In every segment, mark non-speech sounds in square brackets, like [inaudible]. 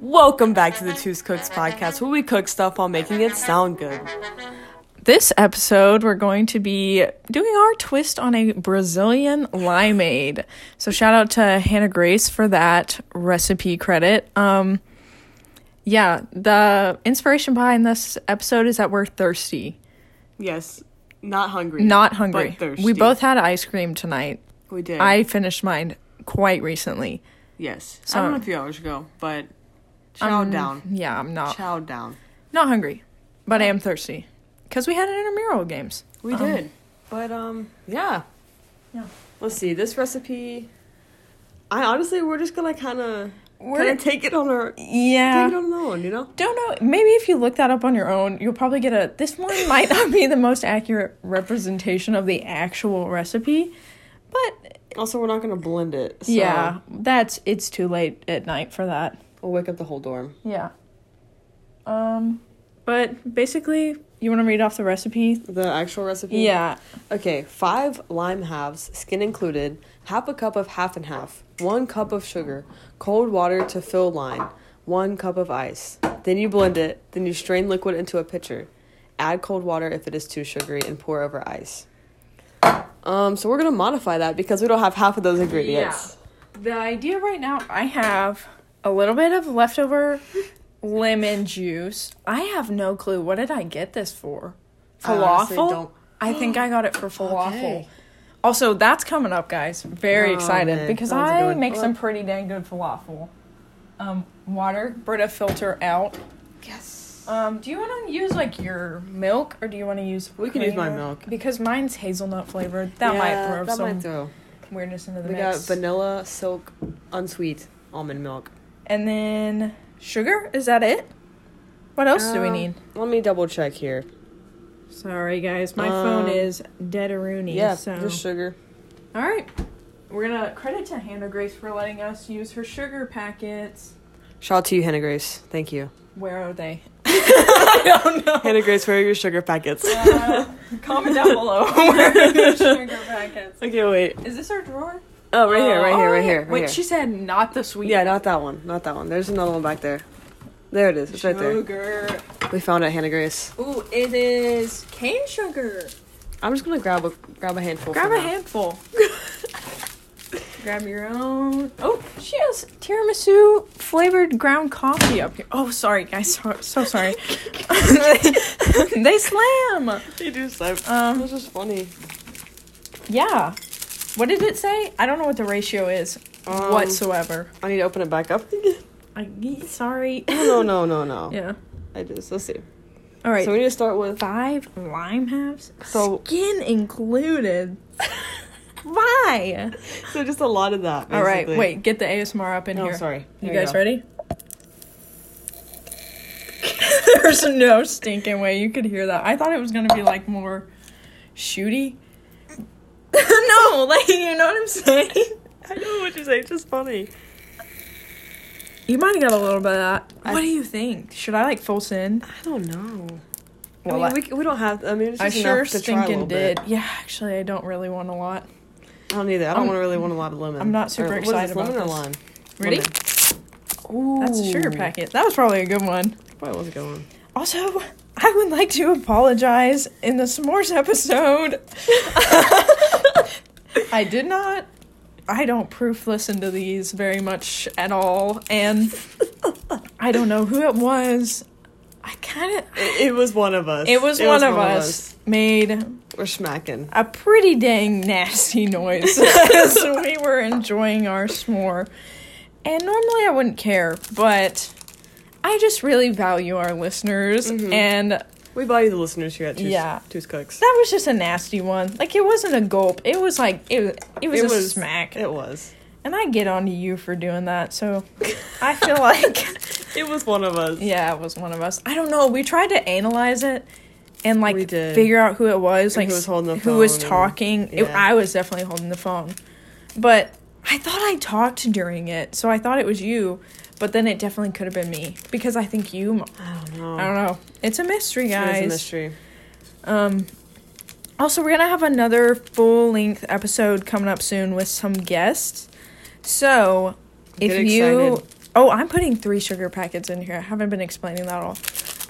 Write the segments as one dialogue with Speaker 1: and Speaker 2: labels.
Speaker 1: Welcome back to the Two's Cooks podcast, where we cook stuff while making it sound good.
Speaker 2: This episode, we're going to be doing our twist on a Brazilian limeade. So, shout out to Hannah Grace for that recipe credit. Um, yeah, the inspiration behind this episode is that we're thirsty,
Speaker 1: Yes, not hungry.
Speaker 2: not
Speaker 1: But
Speaker 2: hungry.
Speaker 1: thirsty.
Speaker 2: We both had ice cream tonight.
Speaker 1: We did.
Speaker 2: I finished mine quite recently.
Speaker 1: yes. I don't know a few hours ago, but
Speaker 2: Um,
Speaker 1: chow down,
Speaker 2: Yeah, I'm not
Speaker 1: chow down.
Speaker 2: not hungry, but I am thirsty because we had intramural games.
Speaker 1: We
Speaker 2: Um,
Speaker 1: did, but um, yeah.
Speaker 2: Yeah.
Speaker 1: Let's see this recipe. I honestly, we're just gonna kind of
Speaker 2: We're-
Speaker 1: kind of take it on our
Speaker 2: Yeah.
Speaker 1: take it on our own, you know.
Speaker 2: don't know. Maybe if you look that up on your own, you'll probably get a. This one [laughs] might not be the most accurate representation of the actual recipe, but
Speaker 1: Also, we're not gonna blend it. So
Speaker 2: yeah, that's it's too late at night for that.
Speaker 1: we'll wake up the whole dorm.
Speaker 2: Yeah. Um, but basically, you want to read off the recipe?
Speaker 1: The actual recipe.
Speaker 2: Yeah.
Speaker 1: Okay, five lime halves, skin included, half a cup of half and half, one cup of sugar, cold water to fill lime, one cup of ice. Then you blend it, then you strain liquid into a pitcher. Add cold water if it is too sugary and pour over ice. Um, so we're gonna modify that because we don't have half of those ingredients.
Speaker 2: The idea right now, I have a little bit of leftover lemon juice. I have no clue. What did I get this for?
Speaker 1: I honestly
Speaker 2: Falafel?
Speaker 1: don't-
Speaker 2: I, think I got it for falafel.
Speaker 1: Okay.
Speaker 2: Also, that's coming up, guys. Very
Speaker 1: Oh,
Speaker 2: excited
Speaker 1: man.
Speaker 2: because
Speaker 1: Sounds
Speaker 2: I
Speaker 1: good.
Speaker 2: make some pretty dang good falafel. Um, water, Brita filter out.
Speaker 1: Yes.
Speaker 2: Um, do you want to use like your milk or do you want to use?
Speaker 1: We can use my
Speaker 2: creamer?
Speaker 1: milk.
Speaker 2: because mine's hazelnut flavored. That might throw
Speaker 1: that
Speaker 2: some
Speaker 1: might throw.
Speaker 2: weirdness into the
Speaker 1: We got
Speaker 2: mix.
Speaker 1: vanilla, silk, unsweet almond milk.
Speaker 2: And then sugar? Is that it? What else do we
Speaker 1: Um,
Speaker 2: need?
Speaker 1: Let me double check here.
Speaker 2: Sorry, guys. My
Speaker 1: um,
Speaker 2: phone is dead
Speaker 1: Yeah, just sugar.
Speaker 2: All right. We're going to credit to Hannah Grace for letting us use her sugar packets.
Speaker 1: Shout out to you, Hannah Grace. Thank you.
Speaker 2: Where are they? I don't know.
Speaker 1: Hannah Grace, where are your sugar packets?
Speaker 2: Uh, comment down below. [laughs] Where are your sugar packets?
Speaker 1: okay, wait.
Speaker 2: Is this our drawer?
Speaker 1: Oh, right here, right
Speaker 2: Oh,
Speaker 1: here,
Speaker 2: oh,
Speaker 1: right
Speaker 2: yeah.
Speaker 1: here. Right
Speaker 2: Wait,
Speaker 1: here.
Speaker 2: she said not the sweet.
Speaker 1: Yeah, not that one. Not that one. There's another one back there. There it is. It's right there.
Speaker 2: sugar.
Speaker 1: We found it, Hannah Grace.
Speaker 2: Ooh, it is cane sugar.
Speaker 1: I'm just gonna grab a grab a handful.
Speaker 2: Grab
Speaker 1: for
Speaker 2: a
Speaker 1: now.
Speaker 2: handful. [laughs] Grab your own. Oh, she has tiramisu flavored ground coffee up here. Oh, sorry, guys. So,
Speaker 1: [laughs]
Speaker 2: so sorry. [laughs] they slam.
Speaker 1: They do slap.
Speaker 2: Um,
Speaker 1: This is funny.
Speaker 2: Yeah. What did it say? I don't know what the ratio is
Speaker 1: Um,
Speaker 2: whatsoever.
Speaker 1: I need to open it back up.
Speaker 2: I, sorry.
Speaker 1: [laughs] no, no, no, no.
Speaker 2: [laughs] Yeah.
Speaker 1: I just let's see.
Speaker 2: All right.
Speaker 1: So we need to start with.
Speaker 2: Five lime halves,
Speaker 1: So-
Speaker 2: skin [laughs] included. Why?
Speaker 1: So just a lot of that.
Speaker 2: All right,
Speaker 1: basically.
Speaker 2: wait. Get the ASMR up in
Speaker 1: No,
Speaker 2: here.
Speaker 1: sorry. There
Speaker 2: You
Speaker 1: you
Speaker 2: guys
Speaker 1: go.
Speaker 2: ready? [laughs] There's no stinking way you could hear that. I thought it was gonna be like more shooty. [laughs] no, like you know what I'm saying.
Speaker 1: I don't know what you say. It's just funny.
Speaker 2: You might have got a little bit of that.
Speaker 1: I-
Speaker 2: what do you think? Should I like full sin?
Speaker 1: I don't know.
Speaker 2: Well,
Speaker 1: I
Speaker 2: I-
Speaker 1: mean, we, c- we don't have. I mean, it's
Speaker 2: I
Speaker 1: just
Speaker 2: sure
Speaker 1: enough to try a little
Speaker 2: stinking did.
Speaker 1: Bit.
Speaker 2: Yeah, actually, I don't really want a lot.
Speaker 1: I don't either. I don't
Speaker 2: I'm-
Speaker 1: want to really want a lot of lemon.
Speaker 2: I'm not super
Speaker 1: Or
Speaker 2: excited
Speaker 1: what is this, lemon
Speaker 2: about
Speaker 1: Or lime?
Speaker 2: Ready?
Speaker 1: Lemon.
Speaker 2: That's a sugar
Speaker 1: Ooh.
Speaker 2: packet. That was probably a good one.
Speaker 1: Probably was a good
Speaker 2: [laughs]
Speaker 1: one.
Speaker 2: Also, I would like to apologize in the
Speaker 1: [laughs]
Speaker 2: s'mores episode. I did not. I don't proof listen to these very much at all, and I don't know who it was. I kind of.
Speaker 1: [laughs] It, it was one of us.
Speaker 2: It was one of us made
Speaker 1: We're smacking.
Speaker 2: a pretty dang nasty noise [laughs] as we were enjoying our s'more. And normally I wouldn't care, but I just really value our listeners, and
Speaker 1: We value the listeners here at Two's,
Speaker 2: Yeah.
Speaker 1: Two's
Speaker 2: [laughs]
Speaker 1: Cooks.
Speaker 2: That was just a nasty one. Like it wasn't a gulp. It was like it. was- It was a smack.
Speaker 1: It was.
Speaker 2: and I get on to you for doing that. So I [laughs] feel like
Speaker 1: [laughs] It was one of us.
Speaker 2: yeah, it was one of us. I don't know. We tried to analyze it and like
Speaker 1: We did.
Speaker 2: figure out who it was. Like
Speaker 1: who was holding the
Speaker 2: who was
Speaker 1: phone and-
Speaker 2: talking. It-
Speaker 1: yeah.
Speaker 2: I was definitely holding the phone, but I thought I talked during it, so I thought it was you. But then it definitely could have been me because I think you. mo-
Speaker 1: I don't know.
Speaker 2: I don't know. It's a mystery, guys.
Speaker 1: Oh. It was a mystery.
Speaker 2: Um, also, we're gonna have another full length episode coming up soon with some guests. So if
Speaker 1: Get
Speaker 2: you
Speaker 1: excited.
Speaker 2: oh i'm putting three sugar packets in here i haven't been explaining that at all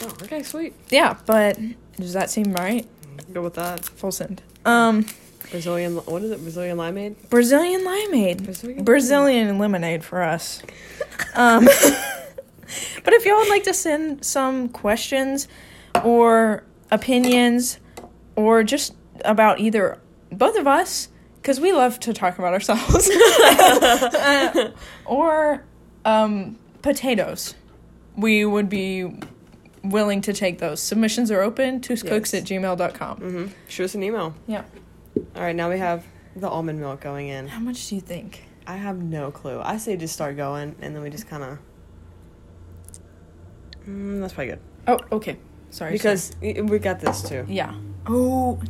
Speaker 1: Oh, okay, sweet.
Speaker 2: yeah but does that seem right
Speaker 1: Go with that.
Speaker 2: full send um
Speaker 1: Brazilian, what is it? Brazilian limeade?
Speaker 2: brazilian limeade
Speaker 1: Brazilian
Speaker 2: brazilian, lemonade for us um [laughs] but if y'all would like to send some questions or opinions or just about either both of us because we love to talk about ourselves [laughs] Uh, or um, potatoes we would be willing to take those submissions are open to cooks
Speaker 1: Yes.
Speaker 2: at gmail.com
Speaker 1: Mm-hmm. Shoot us an email.
Speaker 2: yeah
Speaker 1: All right, now we have the almond milk going in.
Speaker 2: how much do you think
Speaker 1: I have no clue. I say just start going, and then we just kind of. Mm, that's probably good
Speaker 2: oh okay sorry sorry.
Speaker 1: because y- we got this too.
Speaker 2: yeah oh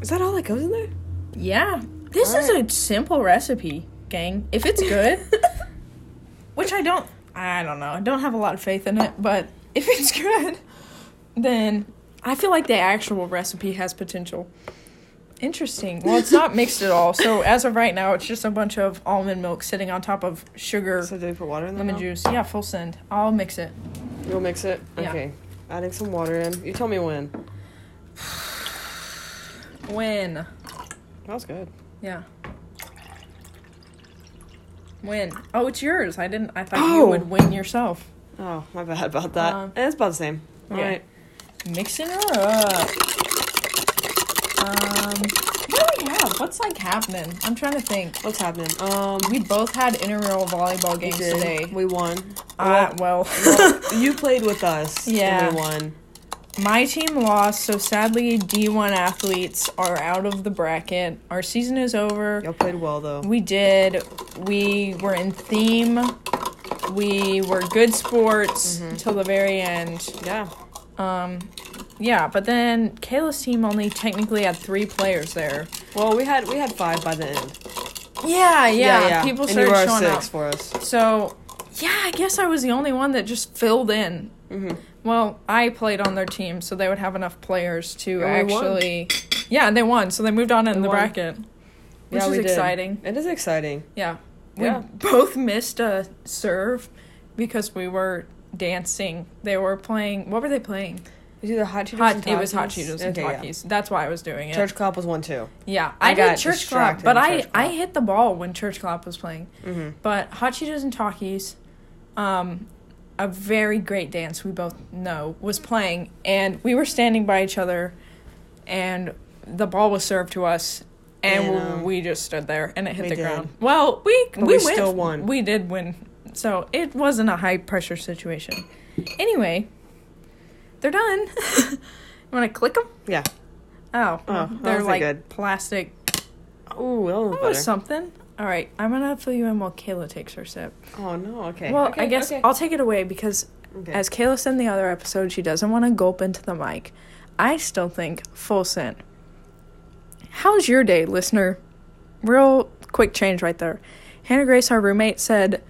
Speaker 1: Is that all that goes in there?
Speaker 2: Yeah. This is
Speaker 1: Alright.
Speaker 2: a simple recipe, gang. If
Speaker 1: [laughs]
Speaker 2: it's good, which I don't I don't know. I don't have a lot of faith in it, but if it's good, then I feel like the actual recipe has potential. Interesting. Well, it's not mixed at all. So, as of right now, it's just a bunch of almond milk sitting on top of sugar,
Speaker 1: So do we put water in there?
Speaker 2: lemon
Speaker 1: now?
Speaker 2: juice. Yeah, full send. I'll mix it.
Speaker 1: You'll mix it.
Speaker 2: Yeah.
Speaker 1: Okay. Adding some water in. You tell me when.
Speaker 2: When?
Speaker 1: That was good.
Speaker 2: Yeah. When? Oh, it's yours. I didn't I thought
Speaker 1: Oh.
Speaker 2: you would win yourself.
Speaker 1: Oh, my bad about that.
Speaker 2: Um,
Speaker 1: it's about the same. All
Speaker 2: okay.
Speaker 1: right.
Speaker 2: mixing her up. Um, what do we have? What's like happening? I'm trying to think.
Speaker 1: What's happening? Um,
Speaker 2: We both had intramural volleyball
Speaker 1: we
Speaker 2: games
Speaker 1: did.
Speaker 2: today.
Speaker 1: We
Speaker 2: [laughs]
Speaker 1: won.
Speaker 2: uh, well,
Speaker 1: you played with us. and
Speaker 2: Yeah.
Speaker 1: we won.
Speaker 2: my team lost, so sadly, D1 athletes are out of the bracket. Our season is over.
Speaker 1: Y'all played well though.
Speaker 2: We did. We were in theme. We were good sports
Speaker 1: Mm-hmm.
Speaker 2: till the very end.
Speaker 1: Yeah.
Speaker 2: Um, yeah, but then Kayla's team only technically had three players there.
Speaker 1: Well, we had we had five by the end.
Speaker 2: Yeah, yeah. People
Speaker 1: and you
Speaker 2: started
Speaker 1: were our
Speaker 2: showing
Speaker 1: six
Speaker 2: up.
Speaker 1: for us.
Speaker 2: So, yeah, I guess I was the only one that just filled in.
Speaker 1: Mm-hmm.
Speaker 2: Well, I played on their team, so they would have enough players to
Speaker 1: And we won.
Speaker 2: actually. Yeah, they won, so they moved on in the
Speaker 1: won.
Speaker 2: bracket, which
Speaker 1: yeah,
Speaker 2: is
Speaker 1: we did.
Speaker 2: exciting.
Speaker 1: It is exciting.
Speaker 2: Yeah, we
Speaker 1: Yeah.
Speaker 2: both missed a serve because we were dancing. They were playing. What were they playing?
Speaker 1: It was either hot Cheetos.
Speaker 2: Hot.
Speaker 1: and
Speaker 2: It was hot
Speaker 1: Takis.
Speaker 2: Cheetos and
Speaker 1: Okay, yeah.
Speaker 2: Takis. That's why I was doing it.
Speaker 1: Church Clop was one too.
Speaker 2: Yeah,
Speaker 1: I
Speaker 2: I,
Speaker 1: got
Speaker 2: did church
Speaker 1: distracted
Speaker 2: clap, but
Speaker 1: in
Speaker 2: I
Speaker 1: church
Speaker 2: I
Speaker 1: clap.
Speaker 2: hit the ball when church clap was playing.
Speaker 1: Mhm.
Speaker 2: But hot Cheetos and Talkies, um, a very great dance we both know was playing, and we were standing by each other, and the ball was served to us, and
Speaker 1: And, um,
Speaker 2: we just stood there and it hit
Speaker 1: we
Speaker 2: the
Speaker 1: did.
Speaker 2: ground. Well, we
Speaker 1: But we
Speaker 2: we, went-
Speaker 1: still won.
Speaker 2: We did win, so it wasn't a high pressure situation. Anyway, they're done. [laughs] you want to click them?
Speaker 1: Yeah.
Speaker 2: Oh,
Speaker 1: Oh, that
Speaker 2: they're
Speaker 1: wasn't
Speaker 2: like
Speaker 1: good.
Speaker 2: plastic
Speaker 1: Ooh, that was
Speaker 2: that
Speaker 1: better.
Speaker 2: was something. All right, I'm gonna fill you in while Kayla takes her sip.
Speaker 1: Oh no. Okay.
Speaker 2: well,
Speaker 1: okay,
Speaker 2: I guess
Speaker 1: okay.
Speaker 2: I'll take it away because,
Speaker 1: Okay.
Speaker 2: as Kayla said in the other episode, she doesn't want to gulp into the mic. I still think full send. How's your day, listener? Real quick change right there. Hannah Grace, our roommate, said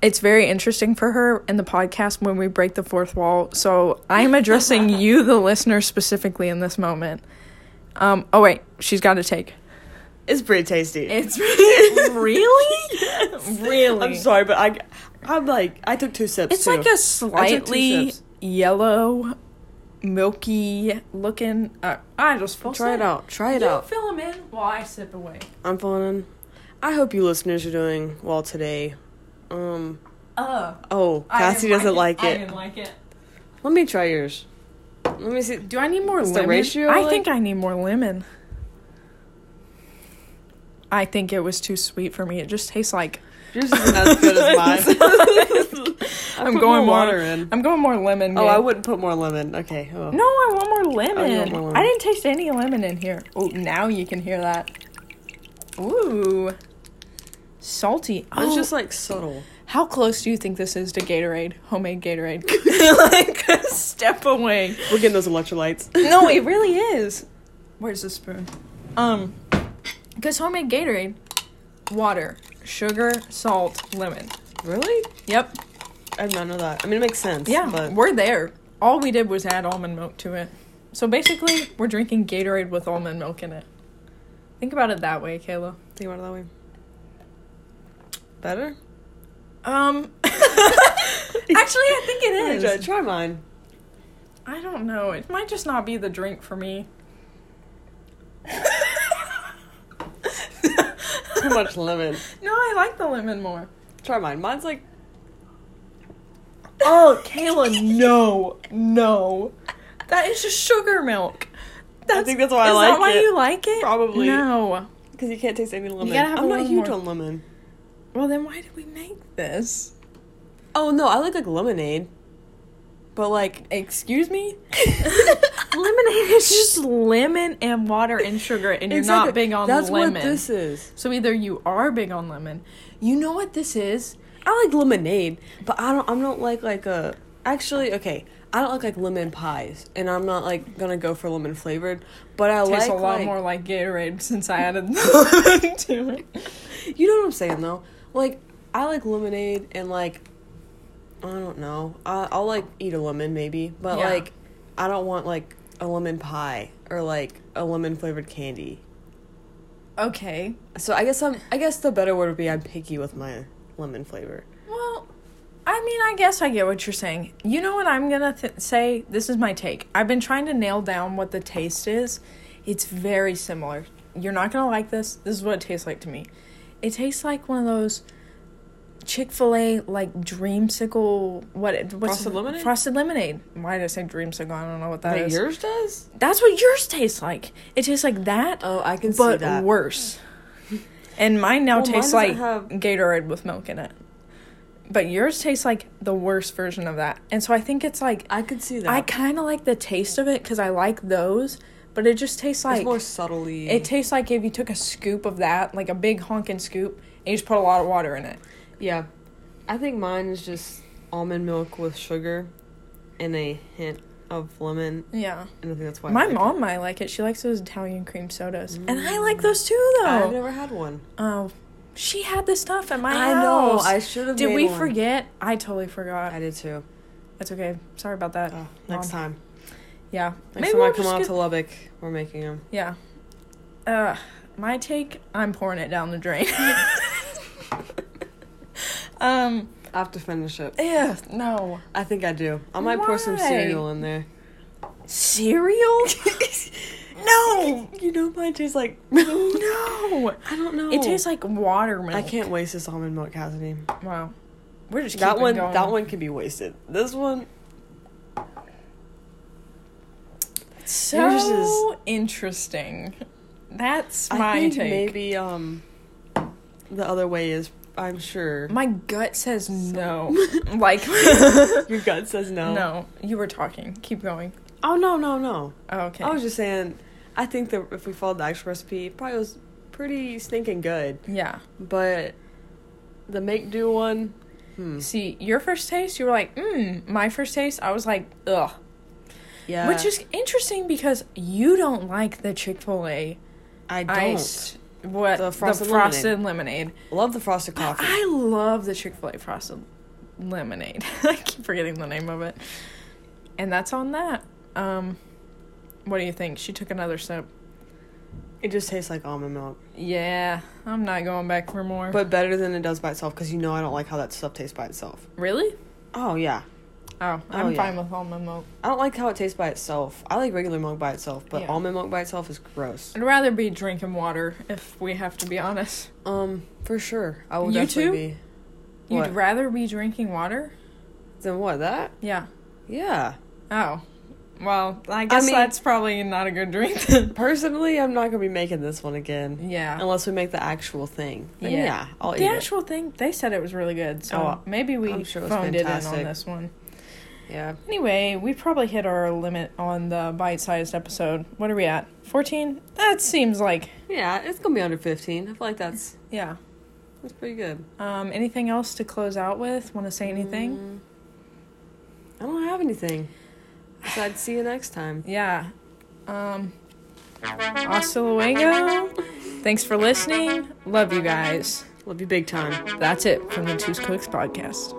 Speaker 2: it's very interesting for her in the podcast when we break the fourth wall. So I'm
Speaker 1: [laughs]
Speaker 2: addressing you, the listener, specifically in this moment. Um, oh, wait, she's got to take.
Speaker 1: it's pretty tasty.
Speaker 2: [laughs]
Speaker 1: [laughs]
Speaker 2: It's really, really.
Speaker 1: I'm sorry, but I, I'm like I took two sips.
Speaker 2: It's
Speaker 1: too.
Speaker 2: like a
Speaker 1: I
Speaker 2: slightly
Speaker 1: took two sips.
Speaker 2: yellow, milky looking. Uh, I just full
Speaker 1: Try it
Speaker 2: sip.
Speaker 1: out. Try it
Speaker 2: You
Speaker 1: out.
Speaker 2: Fill them in while I sip away.
Speaker 1: I'm falling in. I hope you listeners are doing well today. Um.
Speaker 2: Uh,
Speaker 1: Oh,
Speaker 2: I didn't
Speaker 1: Cassie doesn't like
Speaker 2: I
Speaker 1: it.
Speaker 2: didn't like it.
Speaker 1: Let me try yours. Let me see.
Speaker 2: Do I need more
Speaker 1: Is the
Speaker 2: lemon?
Speaker 1: ratio,
Speaker 2: I
Speaker 1: like-
Speaker 2: think I need more lemon. I think it was too sweet for me. It just tastes like
Speaker 1: Yours isn't as good
Speaker 2: [laughs]
Speaker 1: as mine. [laughs] I
Speaker 2: I'm
Speaker 1: put
Speaker 2: going
Speaker 1: more
Speaker 2: more-
Speaker 1: water in.
Speaker 2: I'm going more lemon.
Speaker 1: Oh,
Speaker 2: gang.
Speaker 1: I wouldn't put more lemon. Okay. Oh.
Speaker 2: No, I want more lemon.
Speaker 1: you want more lemon.
Speaker 2: I didn't taste any lemon in here. Oh, now you can hear that. Ooh. Salty.
Speaker 1: It's
Speaker 2: Oh,
Speaker 1: just like subtle.
Speaker 2: how close do you think this is to Gatorade? Homemade Gatorade. [laughs] like a step away.
Speaker 1: We're getting those electrolytes.
Speaker 2: No, it really is. Where's the spoon? Um, because homemade Gatorade, water, sugar, salt, lemon.
Speaker 1: really?
Speaker 2: Yep.
Speaker 1: I did not know that. I mean, it makes sense.
Speaker 2: Yeah,
Speaker 1: But
Speaker 2: we're there. All we did was add almond milk to it. So basically, we're drinking Gatorade with almond milk in it. Think about it that way, Kayla.
Speaker 1: think about it that way. Better?
Speaker 2: Um, [laughs] actually, I think
Speaker 1: Let me
Speaker 2: it
Speaker 1: try,
Speaker 2: is.
Speaker 1: try mine.
Speaker 2: I don't know. It might just not be the drink for me.
Speaker 1: Too
Speaker 2: [laughs]
Speaker 1: much lemon.
Speaker 2: No, I like the lemon more.
Speaker 1: Try mine. Mine's like
Speaker 2: Oh, Kayla, no, no, that is just sugar milk. That's,
Speaker 1: think that's why I
Speaker 2: is
Speaker 1: like
Speaker 2: that why
Speaker 1: it.
Speaker 2: you like it?
Speaker 1: Probably.
Speaker 2: No.
Speaker 1: because you can't taste any lemon.
Speaker 2: gotta have a
Speaker 1: I'm not
Speaker 2: little
Speaker 1: huge
Speaker 2: more.
Speaker 1: on lemon.
Speaker 2: Well, then why did we make this?
Speaker 1: Oh no, I like like lemonade, but like
Speaker 2: Excuse me? [laughs] lemonade is just lemon and water and sugar, and you're
Speaker 1: Exactly.
Speaker 2: not big on
Speaker 1: That's
Speaker 2: lemon.
Speaker 1: what this is.
Speaker 2: So either you are big on lemon. You know what this is?
Speaker 1: I like lemonade, but I don't. I don't like like a. Actually, okay, I don't like like lemon pies, and I'm not like gonna go for lemon flavored. But I
Speaker 2: Tastes
Speaker 1: like
Speaker 2: a lot
Speaker 1: like-
Speaker 2: more like Gatorade [laughs] since I added lemon to it.
Speaker 1: You know what I'm saying though? Like I like lemonade and like I don't know. I, I'll like eat a lemon maybe, but
Speaker 2: Yeah.
Speaker 1: like I don't want like a lemon pie or like a lemon flavored candy.
Speaker 2: Okay.
Speaker 1: So I guess I'm. I guess the better word would be I'm picky with my lemon flavor.
Speaker 2: Well, I mean, I guess I get what you're saying. You know what I'm going to th- say? This is my take. I've been trying to nail down what the taste is. It's very similar. You're not going to like this. This is what it tastes like to me. It tastes like one of those Chick fil A, like dreamsicle, what? it- What's
Speaker 1: Frosted lemonade?
Speaker 2: Frosted lemonade. Why did I say dreamsicle? I don't know what that
Speaker 1: That
Speaker 2: is.
Speaker 1: yours does?
Speaker 2: That's what yours tastes like. It tastes like that,
Speaker 1: Oh, I can see
Speaker 2: but
Speaker 1: that.
Speaker 2: worse. And mine now
Speaker 1: Well, mine
Speaker 2: tastes like
Speaker 1: doesn't have-
Speaker 2: Gatorade with milk in it. But yours tastes like the worst version of that. And so I think it's like I,
Speaker 1: I could see that.
Speaker 2: kind of like the taste of it because I like those, but it just tastes
Speaker 1: it's
Speaker 2: like
Speaker 1: more subtly.
Speaker 2: it tastes like if you took a scoop of that, like a big honkin' scoop, and you just put a lot of water in it.
Speaker 1: yeah, I think mine is just almond milk with sugar, and a hint of lemon,
Speaker 2: Yeah.
Speaker 1: and I think that's why. I
Speaker 2: My
Speaker 1: like it.
Speaker 2: mom might like it. She likes those Italian cream sodas, and I
Speaker 1: Mm.
Speaker 2: like those too,
Speaker 1: I've
Speaker 2: though.
Speaker 1: never had one.
Speaker 2: Oh, she had this stuff at my
Speaker 1: I know.
Speaker 2: house.
Speaker 1: I should have.
Speaker 2: Did
Speaker 1: made
Speaker 2: we
Speaker 1: one.
Speaker 2: forget? I totally forgot.
Speaker 1: I did too.
Speaker 2: That's okay. Sorry about that.
Speaker 1: Oh, next time.
Speaker 2: Yeah.
Speaker 1: Next time I
Speaker 2: Uh, we'll
Speaker 1: come
Speaker 2: just
Speaker 1: out
Speaker 2: get-
Speaker 1: to Lubbock, we're making them.
Speaker 2: Yeah. Uh, my take. I'm pouring it down the drain. [laughs] um.
Speaker 1: I have to finish it.
Speaker 2: Yeah. No.
Speaker 1: I think I do. I might pour some
Speaker 2: Why?
Speaker 1: cereal in there.
Speaker 2: Cereal? [laughs] no.
Speaker 1: [laughs] You know, mine tastes like. I
Speaker 2: [laughs] No.
Speaker 1: don't know.
Speaker 2: It tastes like watermelon.
Speaker 1: I can't waste this almond milk, Cassidy.
Speaker 2: Wow. We're just
Speaker 1: That
Speaker 2: keeping
Speaker 1: one,
Speaker 2: Going.
Speaker 1: that one can be wasted. This one, Yours
Speaker 2: So
Speaker 1: is-
Speaker 2: interesting. That's my
Speaker 1: I think
Speaker 2: take.
Speaker 1: maybe um, the other way is. I'm sure
Speaker 2: My gut says no.
Speaker 1: [laughs]
Speaker 2: like
Speaker 1: your gut says no.
Speaker 2: no. You were talking. Keep going.
Speaker 1: Oh no no no.
Speaker 2: Oh, okay.
Speaker 1: I was just saying. I think that if we followed the actual recipe, it probably was pretty stinking good.
Speaker 2: yeah.
Speaker 1: But the make do one, hmm.
Speaker 2: See, your first taste, you were like, mm. My first taste, I was like, ugh.
Speaker 1: yeah,
Speaker 2: Which is interesting because you don't like the Chick fil A
Speaker 1: I don't
Speaker 2: iced what
Speaker 1: The
Speaker 2: the
Speaker 1: frosted
Speaker 2: frosted, lemonade.
Speaker 1: love the frosted coffee.
Speaker 2: I love the Chick fil A frosted lemonade. [laughs] I keep forgetting the name of it. And that's on that. Um, what do you think? She took another sip.
Speaker 1: It just tastes like almond milk,
Speaker 2: Yeah, I'm not going back for more.
Speaker 1: but better than it does by itself because you know I don't like how that stuff tastes by itself.
Speaker 2: really?
Speaker 1: Oh yeah,
Speaker 2: Oh, I'm
Speaker 1: Oh, yeah.
Speaker 2: fine with almond milk.
Speaker 1: I don't like how it tastes by itself. I like regular milk by itself, but
Speaker 2: Yeah.
Speaker 1: almond milk by itself is gross.
Speaker 2: I'd rather be drinking water if we have to be honest.
Speaker 1: Um, for sure, I will
Speaker 2: You
Speaker 1: definitely be. What?
Speaker 2: You'd rather be drinking water?
Speaker 1: Then what that?
Speaker 2: Yeah.
Speaker 1: Yeah.
Speaker 2: Oh. Well, I guess
Speaker 1: mean-
Speaker 2: that's probably not a good drink then.
Speaker 1: Personally, I'm not gonna be making this one again
Speaker 2: [laughs] yeah.
Speaker 1: unless we make the actual thing. Then yeah.
Speaker 2: Yeah.
Speaker 1: I'll eat
Speaker 2: The actual thing, they said it was really good, so
Speaker 1: Oh,
Speaker 2: maybe we
Speaker 1: I'm sure it was
Speaker 2: phoned it in on
Speaker 1: fantastic.
Speaker 2: this one.
Speaker 1: it. Yeah.
Speaker 2: Anyway, we probably hit our limit on the bite-sized episode. What are we at? 14? That seems like,
Speaker 1: Yeah, it's gonna be under 15. I feel like that's
Speaker 2: yeah.
Speaker 1: that's pretty good.
Speaker 2: Um, anything else to close out with? Want to say anything?
Speaker 1: Mm. I don't have anything. So I'd see you next time.
Speaker 2: Yeah. Um, hasta luego. Thanks for listening. Love you guys.
Speaker 1: Love you big time.
Speaker 2: That's it from the Two Cooks podcast.